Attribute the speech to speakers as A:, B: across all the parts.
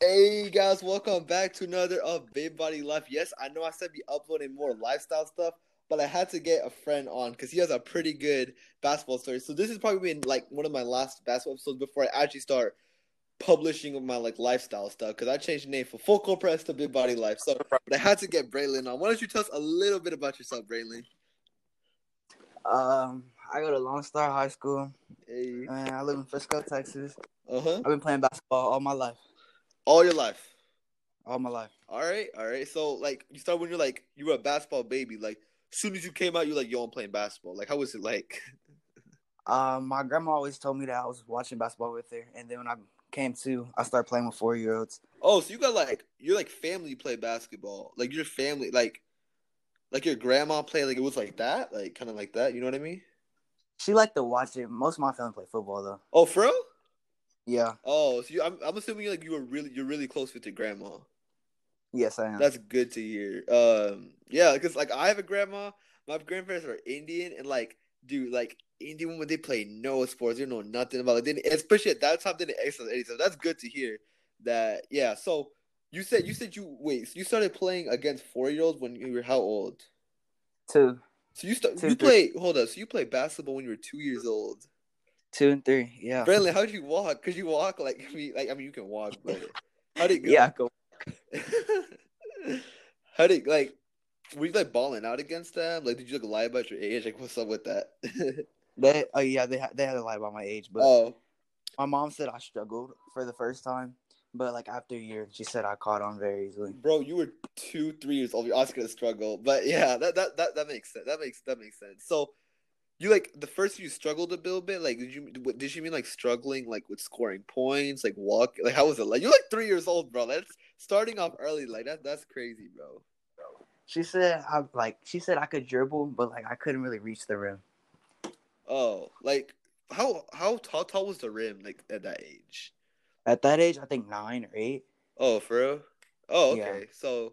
A: Hey guys, welcome back to another of Babe Body Life. Yes, I know I said be uploading more lifestyle stuff, but I had to get a friend on because he has a pretty good basketball story. So this is probably been like one of my last basketball episodes before I actually start publishing with my like lifestyle stuff because I changed the name from Full Court Press to Big Body Life. So, but I had to get Braylon on. Why don't you tell us a little bit about yourself, Braylon?
B: Um, I go to Lone Star High School,
A: Hey.
B: and I live in Frisco, Texas.
A: Uh huh.
B: I've been playing basketball all my life,
A: All your life.
B: all my life.
A: All right, all right. So like you start when you're like you were a basketball baby. Like soon as you came out, you're like, yo, I'm playing basketball. Like how was it like?
B: Um, my grandma always told me that I was watching basketball with her, and then when I came to, I started playing with four year olds.
A: Oh, so you got like your like family play basketball. Like your family like like your grandma played like it was like that, like kinda like that, you know what I mean?
B: She liked to watch it. Most of my family play football though.
A: Oh, for real?
B: Yeah.
A: Oh, so you, I'm I'm assuming like you were really you're really close with your grandma.
B: Yes, I am.
A: That's good to hear. Um, yeah, because like I have a grandma. My grandparents are Indian, and like, dude, like Indian when they play no sports, they know nothing about it. They didn't- especially at that time, they didn't exercise any. So that's good to hear. That yeah. So you said you said you wait. So you started playing against four year olds when you were how old?
B: two,
A: So you start
B: Two,
A: you play.
B: three.
A: Hold up. So you played basketball when you were two years old.
B: two and three. Yeah.
A: Brandon, how did you walk? Could you walk like I mean, like I mean, you can walk, but how did you go?
B: Yeah. I go-
A: How did like were you like balling out against them? Like did you like lie about your age? Like what's up with that?
B: They. Oh yeah. They had. They had to lie about my age, but
A: oh,
B: my mom said I struggled for the first time, but like after a year, she said I caught on very easily.
A: bro, you were two, three years old. You're also gonna struggle. But yeah, that that that, that makes sense. That makes that makes sense. So you like the first you struggled a little bit. Like did you what, did you mean like struggling like with scoring points, like walk? Like how was it? Like you're like three years old, bro. That's starting off early. Like that that's crazy, bro.
B: She said I like she said I could dribble, but like I couldn't really reach the rim.
A: Oh, like how how how tall was the rim like at that age?
B: At that age, I think nine or eight.
A: Oh, for real? Oh,
B: Yeah.
A: okay. So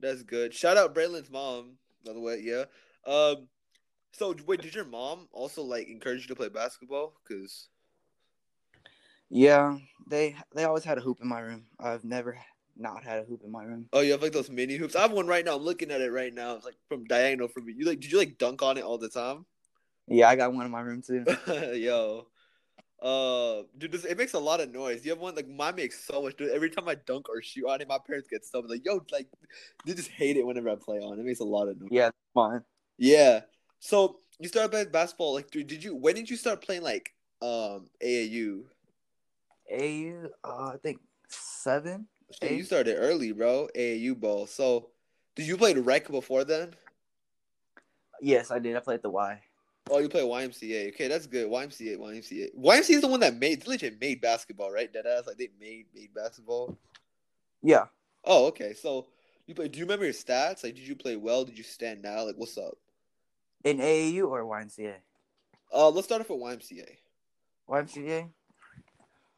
A: that's good. Shout out Braylon's mom, by the way. Yeah. Um. So wait, did your mom also like encourage you to play basketball? Cause
B: Yeah, they they always had a hoop in my room. I've never not had a hoop in my room.
A: oh, you have like those mini hoops. I have one right now. I'm looking at it right now. It's like from diagonal from you. Like, did you like dunk on it all the time?
B: Yeah, I got one in my room too.
A: Yo. Uh, dude, this, it makes a lot of noise. You have one like mine makes so much. Dude, every time I dunk or shoot on it, my parents get so like, yo, like they just hate it whenever I play on. It makes a lot of noise.
B: Yeah, that's mine.
A: Yeah. So you started playing basketball like dude, did you when did you start playing like um AAU?
B: A, uh, I think seven.
A: Shit, you
B: Eight.
A: started early, bro. AAU ball. So did you play rec before then?
B: Yes, I did. I played the Y.
A: Oh, you play YMCA. Okay, that's good. YMCA, YMCA. YMCA is the one that made they legit made basketball, right? Deadass. Like they made made basketball.
B: Yeah.
A: Oh, okay. So you play do you remember your stats? Like did you play well? Did you stand out? Like what's up?
B: In AAU or YMCA?
A: Uh let's start off with YMCA.
B: YMCA.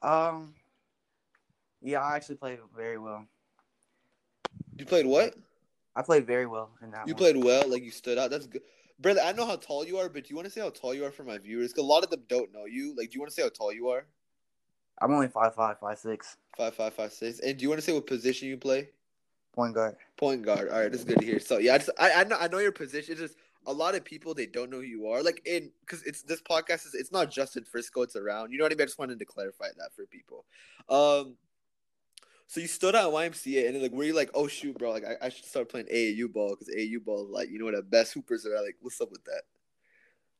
B: Um. Yeah, I actually played very well.
A: You played what?
B: I played very well in that.
A: You
B: one.
A: played well, like you stood out. That's good, brother. I know how tall you are, but do you want to say how tall you are for my viewers? 'Cause a lot of them don't know you. Like, do you want to say how tall you are?
B: I'm only five five five six.
A: Five, five, five, six. And do you want to say what position you play?
B: Point guard.
A: Point guard. All right, that's good to hear. So yeah, I, just, I, I know I know your position. It's just a lot of people they don't know who you are. Like in because it's this podcast is it's not just in Frisco, it's around. You know what I mean? I just wanted to clarify that for people. Um, so you stood out at YMCA, and then like were you like, oh shoot, bro, like I, I should start playing AAU ball because AAU ball like you know what the best hoopers are. Like what's up with that?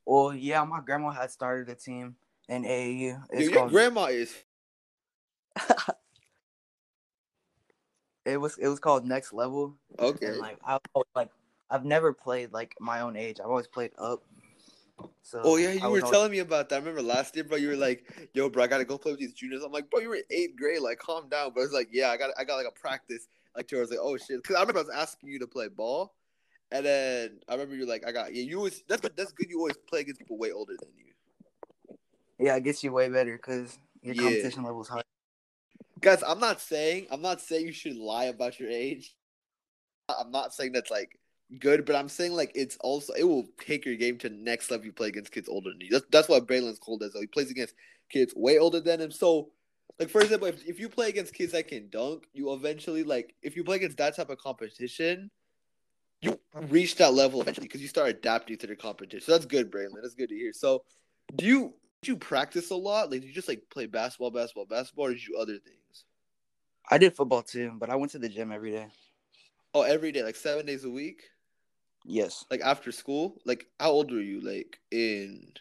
B: Well, yeah, my grandma had started a team in AAU. It's
A: Dude, your
B: called,
A: grandma is
B: it was it was called Next Level.
A: okay.
B: And like I was always, like I've never played like my own age. I've always played up. So
A: Oh yeah,
B: I
A: you
B: was
A: were
B: always-
A: telling me about that. I remember last year, bro. You were like, "Yo, bro, I gotta go play with these juniors." I'm like, "Bro, you were in eighth grade. Like, calm down." But it's like, "Yeah, I got, I got like a practice." Like, I was like, "Oh shit," because I remember I was asking you to play ball, and then I remember you're like, "I got yeah." You always that's good- that's good. You always play against people way older than you.
B: yeah, it gets you way better because your
A: Yeah.
B: competition level's high.
A: Guys, I'm not saying I'm not saying you should lie about your age. I- I'm not saying that's like good, but I'm saying like it's also it will take your game to the next level. if You play against kids older than you. That's that's why Braylon's cold as though he plays against kids way older than him. So Like for example, if, if you play against kids that can dunk, you eventually like if you play against that type of competition, you reach that level eventually because you start adapting to the competition. So that's good, Braylon. That's good to hear. So do you did you practice a lot? Like did you just like play basketball, basketball, basketball, or did you do other things?
B: I did football too, but I went to the gym every day.
A: Oh, every day, like seven days a week?
B: Yes.
A: Like after school? Like how old were you? Like in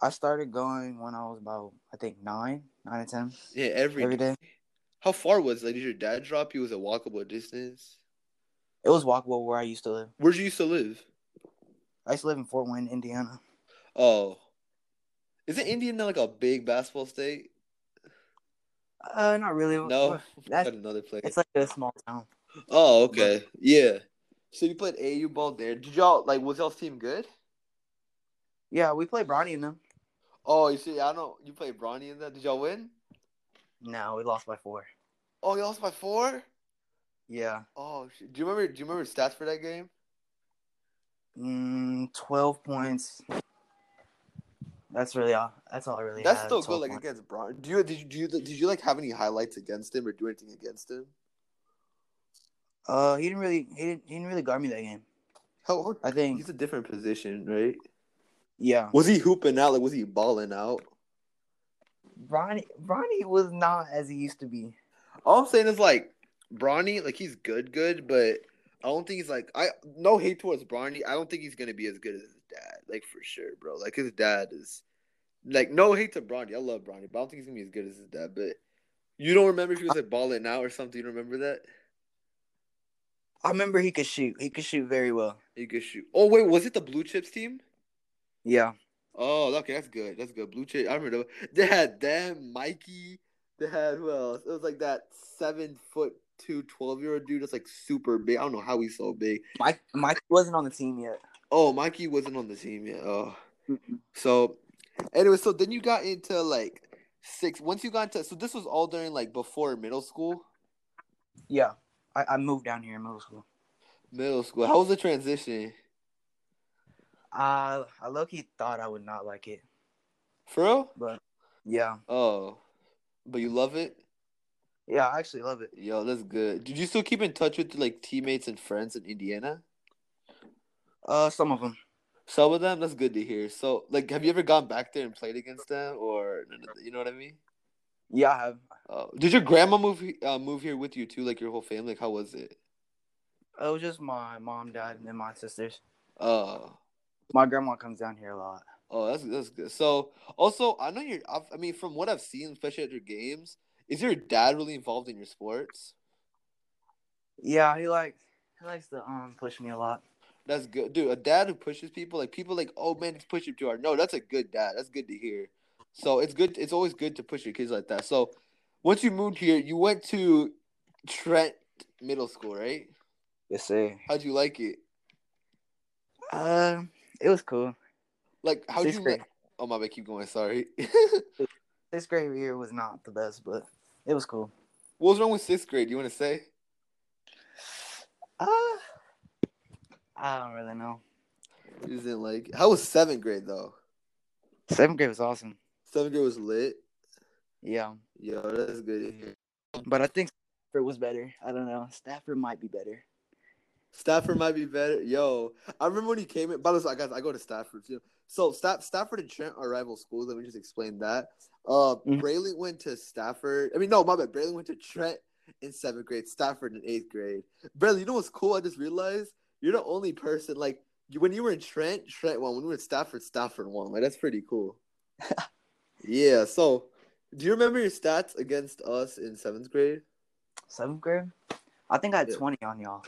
B: I started going when I was about, I think, nine, nine or 10
A: yeah, every,
B: every day.
A: How far was like did your dad drop you? Was it walkable distance?
B: It was walkable where I used to live.
A: Where would you used to live?
B: I used to live in Fort Wayne, Indiana.
A: Oh. Isn't Indiana like a big basketball state?
B: Uh, not really.
A: No.
B: That's-
A: Got another place.
B: It's like a small town.
A: Oh, okay. yeah. So you played AU ball there. Did y'all like was y'all team good?
B: Yeah, we played Bronny and them.
A: Oh, you see, I know you played Bronny in that. Did y'all win?
B: No, we lost by four.
A: Oh, y'all lost by four.
B: Yeah.
A: Oh, shit. do you remember? Do you remember stats for that game?
B: Mm, 12 points. That's really all. That's all I really
A: That's
B: had,
A: still good.
B: 12
A: Like
B: points.
A: against Bronny. Do you did you, do you did you like have any highlights against him or do anything against him?
B: Uh, he didn't really. He didn't. He didn't really guard me that game.
A: How, how
B: I think.
A: he's a different position, right?
B: Yeah.
A: Was he hooping out? Like was he balling out?
B: Bronny. Bronny was not as he used to be.
A: All I'm saying is like Bronny, like he's good, good, but I don't think he's like I no hate towards Bronny. I don't think he's gonna be as good as his dad, like for sure, bro. Like his dad is like no hate to Bronny. I love Bronny, but I don't think he's gonna be as good as his dad. But you don't remember if he was like balling out or something? You don't remember that?
B: I remember he could shoot. He could shoot very well.
A: He could shoot. Oh wait, was it the Blue Chips team?
B: Yeah.
A: Oh, okay, that's good. That's good. Blue Chip. I remember that. they had them, Mikey. They had who else? It was like that seven foot two, 12 year old dude that's like super big. I don't know how he's so big.
B: Mike. Mike wasn't on the team yet.
A: Oh, Mikey wasn't on the team yet. Oh, so anyway, so then you got into like six. Once you got into, so this was all during like before middle school.
B: Yeah. I, I moved down here in middle school.
A: Middle school. How was the transition?
B: Uh, I low key thought I would not like it,
A: For real?
B: but yeah,
A: Oh, but you love it.
B: yeah, I actually love it.
A: Yo, that's good. Did you still keep in touch with like teammates and friends in Indiana?
B: Uh, some of them.
A: Some of them. That's good to hear. So, like, have you ever gone back there and played against them, or you know what I mean?
B: Yeah, I have.
A: Oh, did your grandma move he- uh, move here with you too? Like your whole family? Like, how was it?
B: It was just my mom, dad, and my sisters.
A: Oh.
B: My grandma comes down here a lot.
A: Oh, that's that's good. So also, I know you're. I've- I mean, from what I've seen, especially at your games, is your dad really involved in your sports?
B: Yeah, he likes he likes to um push me a lot.
A: That's good, dude. A dad who pushes people, like people, like oh man, he's pushing too hard. No, that's a good dad. That's good to hear. So it's good. It's always good to push your kids like that. So once you moved here, you went to Trent Middle School, right?
B: Yes, sir.
A: How'd you like it?
B: Uh, it was cool.
A: Like how'd
B: Sixth
A: you?
B: grade.
A: Like, oh my bad, keep going. Sorry.
B: Sixth grade year was not the best, but it was cool.
A: what was wrong with sixth grade? You want to say?
B: Uh, I don't really know.
A: Is it like how was seventh grade though?
B: Seventh grade was awesome.
A: Seventh grade was lit.
B: Yeah,
A: Yo, that's good to hear.
B: but I think Stafford was better. I don't know. Stafford might be better.
A: Stafford might be better. Yo, I remember when he came in. By the way, so guys, I go to Stafford too. So Staff, Stafford and Trent are rival schools. Let me just explain that. Uh,
B: Mhm.
A: Braylon went to Stafford. I mean, no, my bad. Braylon went to Trent in seventh grade, Stafford in eighth grade. Braylon, you know what's cool? I just realized you're the only person like you, when you were in Trent, Trent won. When we were in Stafford, Stafford won. Like that's pretty cool. yeah. So, do you remember your stats against us in seventh grade?
B: Seventh grade. I think I had
A: Yeah.
B: twenty on y'all.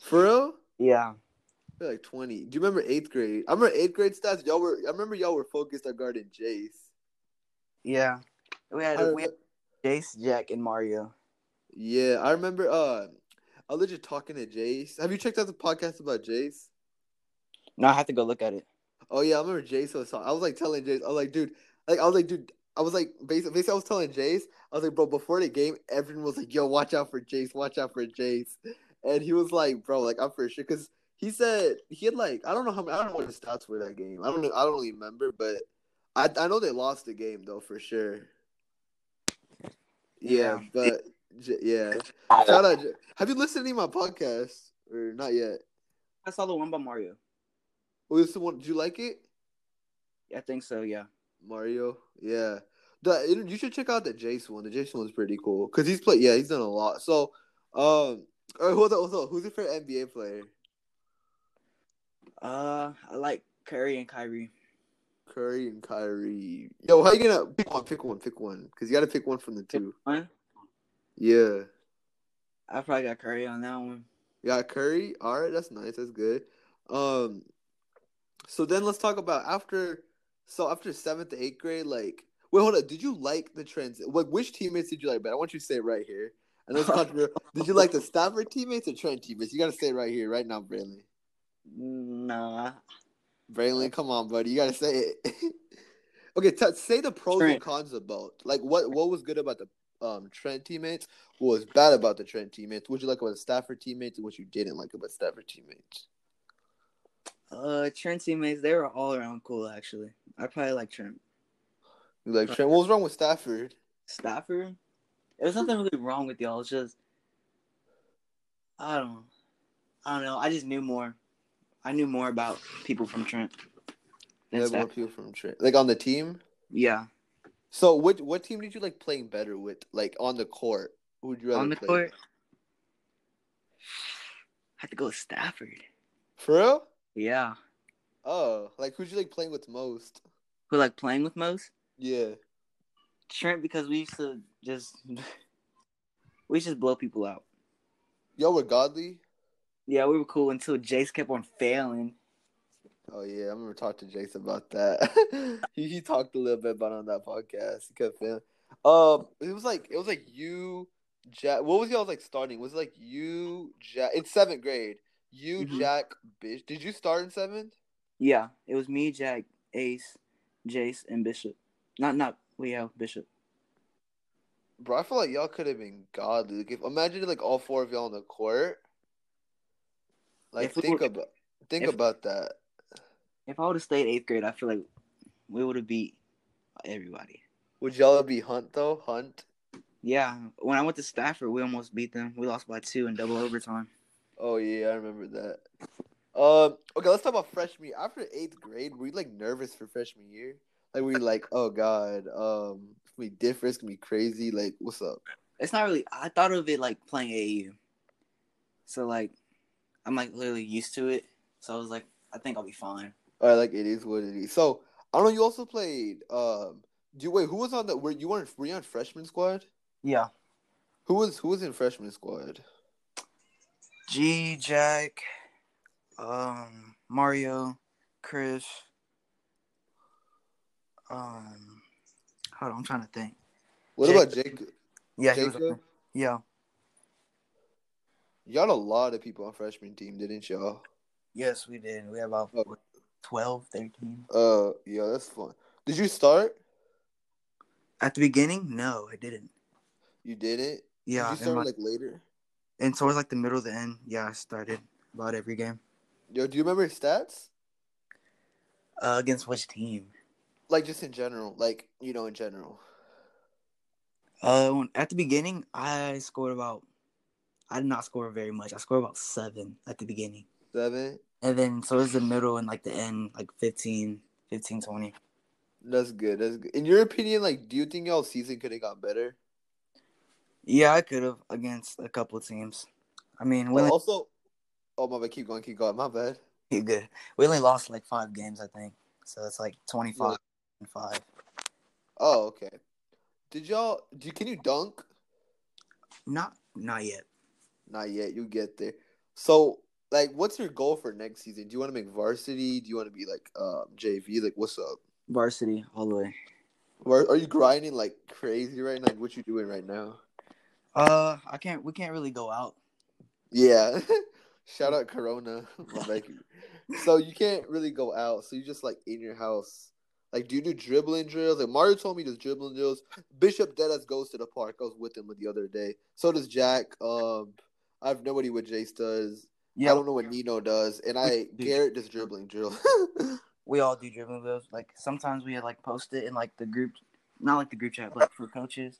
A: For real?
B: yeah.
A: I feel like twenty. Do you remember eighth grade? I remember eighth grade stats. Y'all were. I remember y'all were focused on guarding Jace.
B: Yeah. We
A: I
B: had,
A: remem-
B: we had Jace, Jack, and Mario.
A: yeah, I remember. Uh, I was legit talking to Jace. Have you checked out the podcast about Jace?
B: No, I have to go look at it.
A: Oh yeah, I remember Jace was. I was like telling Jace. I was like, dude. Like I was like, dude. I was like, basically, basically, I was telling Jace. I was like, bro. Before the game, everyone was like, yo, watch out for Jace. Watch out for Jace. And he was like, bro, like I'm for sure because he said he had like I don't know how many, I don't know what his stats were that game. I don't know. I don't remember, but I I know they lost the game though for sure. Yeah,
B: Yeah.
A: but J- yeah. Shout out. J- Have you listened to any of my podcasts or not yet?
B: I saw the one by Mario.
A: Oh, this is the one. Did you like it,
B: I think so. Yeah.
A: Mario? Yeah. The you know, you should check out the Jason one. The Jason one's pretty cool because he's played. Yeah, he's done a lot. So, um, all right, hold on, hold on. Who's your favorite NBA player?
B: Uh, I like Curry and Kyrie.
A: Curry and Kyrie. Yo, how you gonna pick one? Pick one. Pick one. Cause you gotta pick one from the two.
B: One,
A: Yeah.
B: I probably got Curry on that one.
A: You got Curry. All right, that's nice. That's good. Um, so then let's talk about after. So after seventh to eighth grade, like, wait, hold on. Did you like the trans? Like, which teammates did you like? But I want you to say it right here. And let's talk. real- did you like the Stafford teammates or Trent teammates? You gotta say it right here, right now, Braylon.
B: Nah,
A: Braylon, come on, buddy. You gotta say it. okay, t- say the pros and
B: Trent.
A: cons of both. Like, what what was good about the um Trent teammates? What was bad about the Trent teammates? What you like about the Stafford teammates? And what you didn't like about Stafford teammates?
B: uh, Trent teammates, they were all around cool actually. I probably like Trent.
A: You Like Trent, what was wrong with Stafford?
B: Stafford, there's nothing really wrong with y'all. It's just, I don't, I don't know. I just knew more. I knew more about people from Trent. than
A: Like more
B: Stafford.
A: people from Trent, like on the team.
B: Yeah,
A: So what what team did you like playing better with? Like on the court, who would you rather
B: on the
A: play
B: court,
A: with?
B: I had to go with Stafford.
A: For real?
B: Yeah,
A: Oh, like who'd you like playing with most?
B: who like playing with most?
A: Yeah.
B: Trent because we used to just we used to just blow people out.
A: Y'all were godly.
B: Yeah, we were cool until Jace kept on failing.
A: Oh yeah, I remember talking to Jason about that. he, he talked a little bit about it on that podcast. He kept feeling. Um, it was like it was like you, Jack. What was y'all like starting? Was it like you, Jack? In seventh grade, you,
B: Mhm.
A: Jack, bitch. Did you start in seventh?
B: Yeah, it was me, Jack, Ace, Jace, and Bishop. Not not we have Bishop.
A: Bro, I feel like y'all could have been godly. Like, if, imagine like all four of y'all on the court. Like
B: If we
A: think
B: were-
A: about think
B: if-
A: about that.
B: If I would have stayed eighth grade, I feel like we would have beat everybody.
A: Would y'all be Hunt though? Hunt.
B: Yeah, when I went to Stafford, we almost beat them. We lost by two in double overtime.
A: Oh yeah, I remember that. Um. Okay, let's talk about freshman. year. After eighth grade, were you like nervous for freshman year? Like were you like, oh god, um, it's gonna be different. It's gonna be crazy. Like, what's up?
B: It's not really. I thought of it like playing AAU. So like, I'm like literally used to it. So I was like, I think I'll be fine.
A: All right, like it is what it is. So I don't know. You also played. Um. Do you wait? Who was on the? Were you on? Were you on freshman squad?
B: Yeah.
A: Who was? Who was in freshman squad?
B: G Jack, um, Mario, Chris. Um, hold on, I'm trying to think.
A: What
B: Jacob.
A: about Jacob?
B: Yeah, he was,
A: Jacob?
B: yeah,
A: You had a lot of people on freshman team, didn't y'all?
B: yes, we did. We have about
A: Oh.
B: 12, 13.
A: Uh, yeah, that's fun. Did you start?
B: At the beginning, no, I didn't.
A: You didn't. Did
B: Yeah,
A: you
B: and,
A: start
B: like,
A: like later?
B: and towards like the middle of the end, yeah, I started about every game.
A: Yo, do you remember his stats?
B: Uh, against which team?
A: Like just in general, like you know, in general.
B: Uh, when- at the beginning, I scored about. I did not score very much. I scored about seven at the beginning.
A: Seven.
B: And then so is the middle and like the end, like 15, 15, 20.
A: That's good. That's good. In your opinion, like, do you think y'all season could have got better?
B: Yeah, I could have against a couple teams. I mean, we
A: Well,
B: only,
A: also, oh my bad. Keep going. Keep going. My bad.
B: you good. We only lost like five games, I think. So it's like 25
A: Yeah.
B: and five.
A: Oh, okay. Did y'all? Do can you dunk?
B: Not, not yet.
A: Not yet. You get there. So, like, what's your goal for next season? Do you want to make varsity? Do you want to be like um, JV? Like, what's up?
B: Varsity all the way.
A: Are, are you grinding like crazy right now? Like, what you doing right now?
B: Uh, I can't, we can't really go out.
A: Yeah. Shout out Corona. My bad. so you can't really go out. So you just like in your house. Like, do you do dribbling drills? Like Mario told me he does dribbling drills. Bishop Deadass goes to the park. I was with him the other day. So does Jack. Um, I have no idea what Jace does.
B: Yeah,
A: I don't know what Nino does. And I Garrett does dribbling drills.
B: we all do dribbling drills. Like sometimes we like post it in like the group, not like the group chat, but for coaches.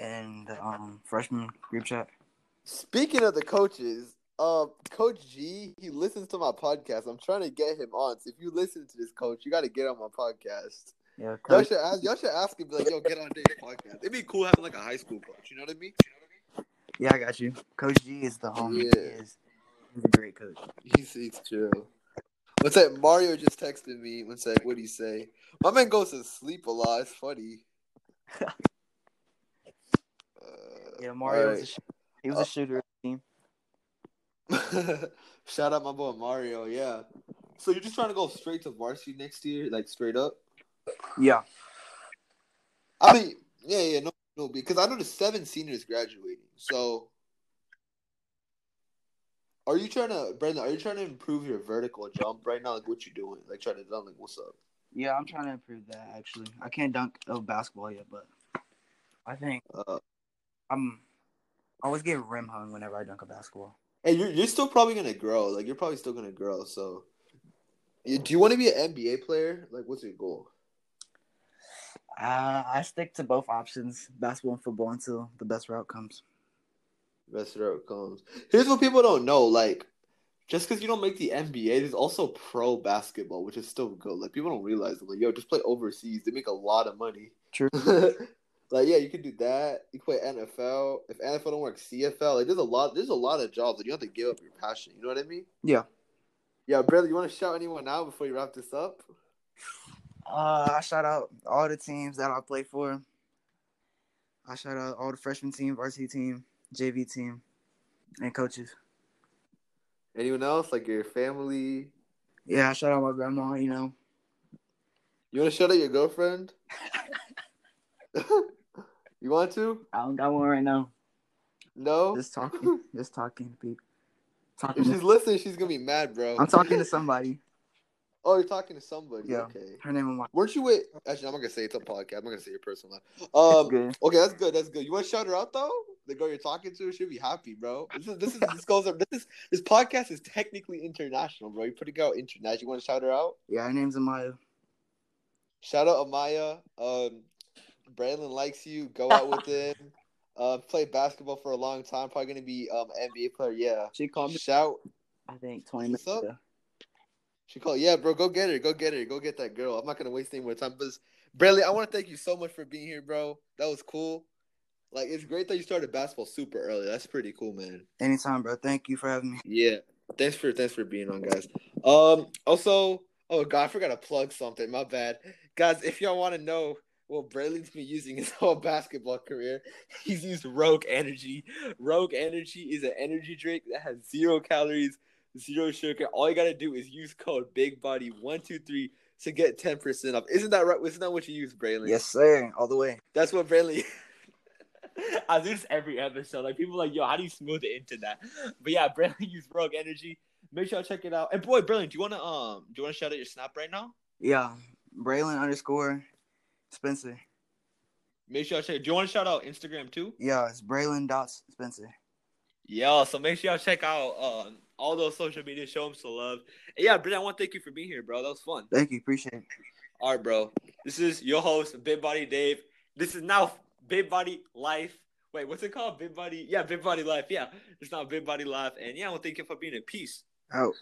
B: and um, freshman group chat.
A: Speaking of the coaches, uh, Coach G, he listens to my podcast. I'm trying to get him on. So if you listen to this, Coach, you got to get on my podcast.
B: Yeah,
A: Y'all
B: coach,
A: should ask. Y'all should ask him. be Like, yo, get on Dave's podcast. It'd be cool having like a high school coach. You know what I mean?
B: yeah, I got you. Coach G is the homie. He
A: Yeah.
B: is, he's a great coach.
A: He's he's chill. What's that? Mario just texted me. One sec. What do you say? My man goes to sleep a lot. It's funny. Uh,
B: Yeah, Mario was a
A: alright.
B: sh- he was
A: Uh,
B: a shooter. Team.
A: Shout out my boy Mario. Yeah. So you're just trying to go straight to varsity next year, like straight up?
B: Yeah,
A: I mean, yeah, yeah, no, no, because I know the seven seniors graduating. So, are you trying to, Brandon? Are you trying to improve your vertical jump right now? Like, what you doing? Like, trying to dunk? Like, what's up?
B: yeah, I'm trying to improve that. Actually, I can't dunk of basketball yet, but I think
A: Uh,
B: I'm. I always get rim hung whenever I dunk a basketball.
A: hey, you're you're still probably gonna grow. Like, you're probably still gonna grow. So, you, do you want to be an NBA player? Like, what's your goal?
B: Uh, I stick to both options, basketball and football, until the best route comes.
A: Best route comes. Here's what people don't know. Like, just because you don't make the NBA, there's also pro basketball, which is still good. Like, people don't realize. Like, yo, just play overseas. They make a lot of money.
B: True.
A: like yeah, you can do that. You can play NFL. If NFL don't work, CFL. Like there's a lot. There's a lot of jobs that you have to give up your passion. You know what I mean?
B: Yeah.
A: Yeah, brother. You want to shout anyone out before you wrap this up?
B: Uh, I shout out all the teams that I play for. I shout out all the freshman team, varsity team, JV team, and coaches.
A: Anyone else? Like your family?
B: Yeah, I shout out my grandma. You know,
A: You want to shout out your girlfriend? you want to?
B: I don't got one right now.
A: No.
B: Just talking, just talking to people. Talking.
A: If she's
B: To,
A: listening, she's gonna be mad, bro.
B: I'm talking to somebody.
A: Oh, you're talking to somebody.
B: Yeah.
A: Okay.
B: Her name is Mike.
A: Weren't you with? Actually, I'm not gonna say it's a podcast. I'm not gonna say your personal life. Um,
B: Good.
A: Okay, that's good. That's good. You want to shout her out though? The girl you're talking to should be happy, bro. This is this is this goes up. This is this podcast is technically international, bro. You're putting out international. You want to shout her out?
B: Yeah, her name's Amaya.
A: Shout out Amaya. Um, Braylon likes you. Go out with him. Uh, play basketball for a long time. Probably gonna be um NBA player. Yeah. Um,
B: She called me.
A: Shout.
B: I think 20
A: What's
B: minutes
A: up?
B: ago.
A: She called. Yeah, bro. Go get her. Go get her. Go get that girl. I'm not gonna waste any more time. But Braylon, I want to thank you so much for being here, bro. That was cool. Like it's great that you started basketball super early. That's pretty cool, man.
B: Anytime, bro. Thank you for having me.
A: Yeah. Thanks for thanks for being on, guys. Um also, oh god, I forgot to plug something. My bad. Guys, if y'all want to know what Braylon's been using his whole basketball career, he's used Rogue Energy. Rogue Energy is an energy drink that has zero calories, zero sugar. All you gotta do is use code Big Body 123 to get 10% off. Isn't that right? Isn't that what you use, Braylon?
B: Yes, sir. All the way.
A: That's what Braylon. I do this every episode. Like people like, yo, how do you smooth it into that? But yeah, Braylon used Rogue Energy. Make sure y'all check it out. And boy, Braylon, do you wanna um do you wanna shout out your snap right now?
B: Yeah. Braylon underscore Spencer.
A: Make sure y'all check do you wanna shout out Instagram too?
B: Yeah, it's Braylon dot Spencer.
A: Yeah, so make sure y'all check out um all those social media, show them some love. And yeah, Braylon, I wanna thank you for being here, bro. That was fun.
B: Thank you. Appreciate it.
A: All right, bro. This is your host, Big Body Dave. This is now Big Body Life. Wait, what's it called? Big Body. Yeah, Big Body Life. Yeah, it's now Big Body Life. And yeah, I want to thank you for being a Peace.
B: Out.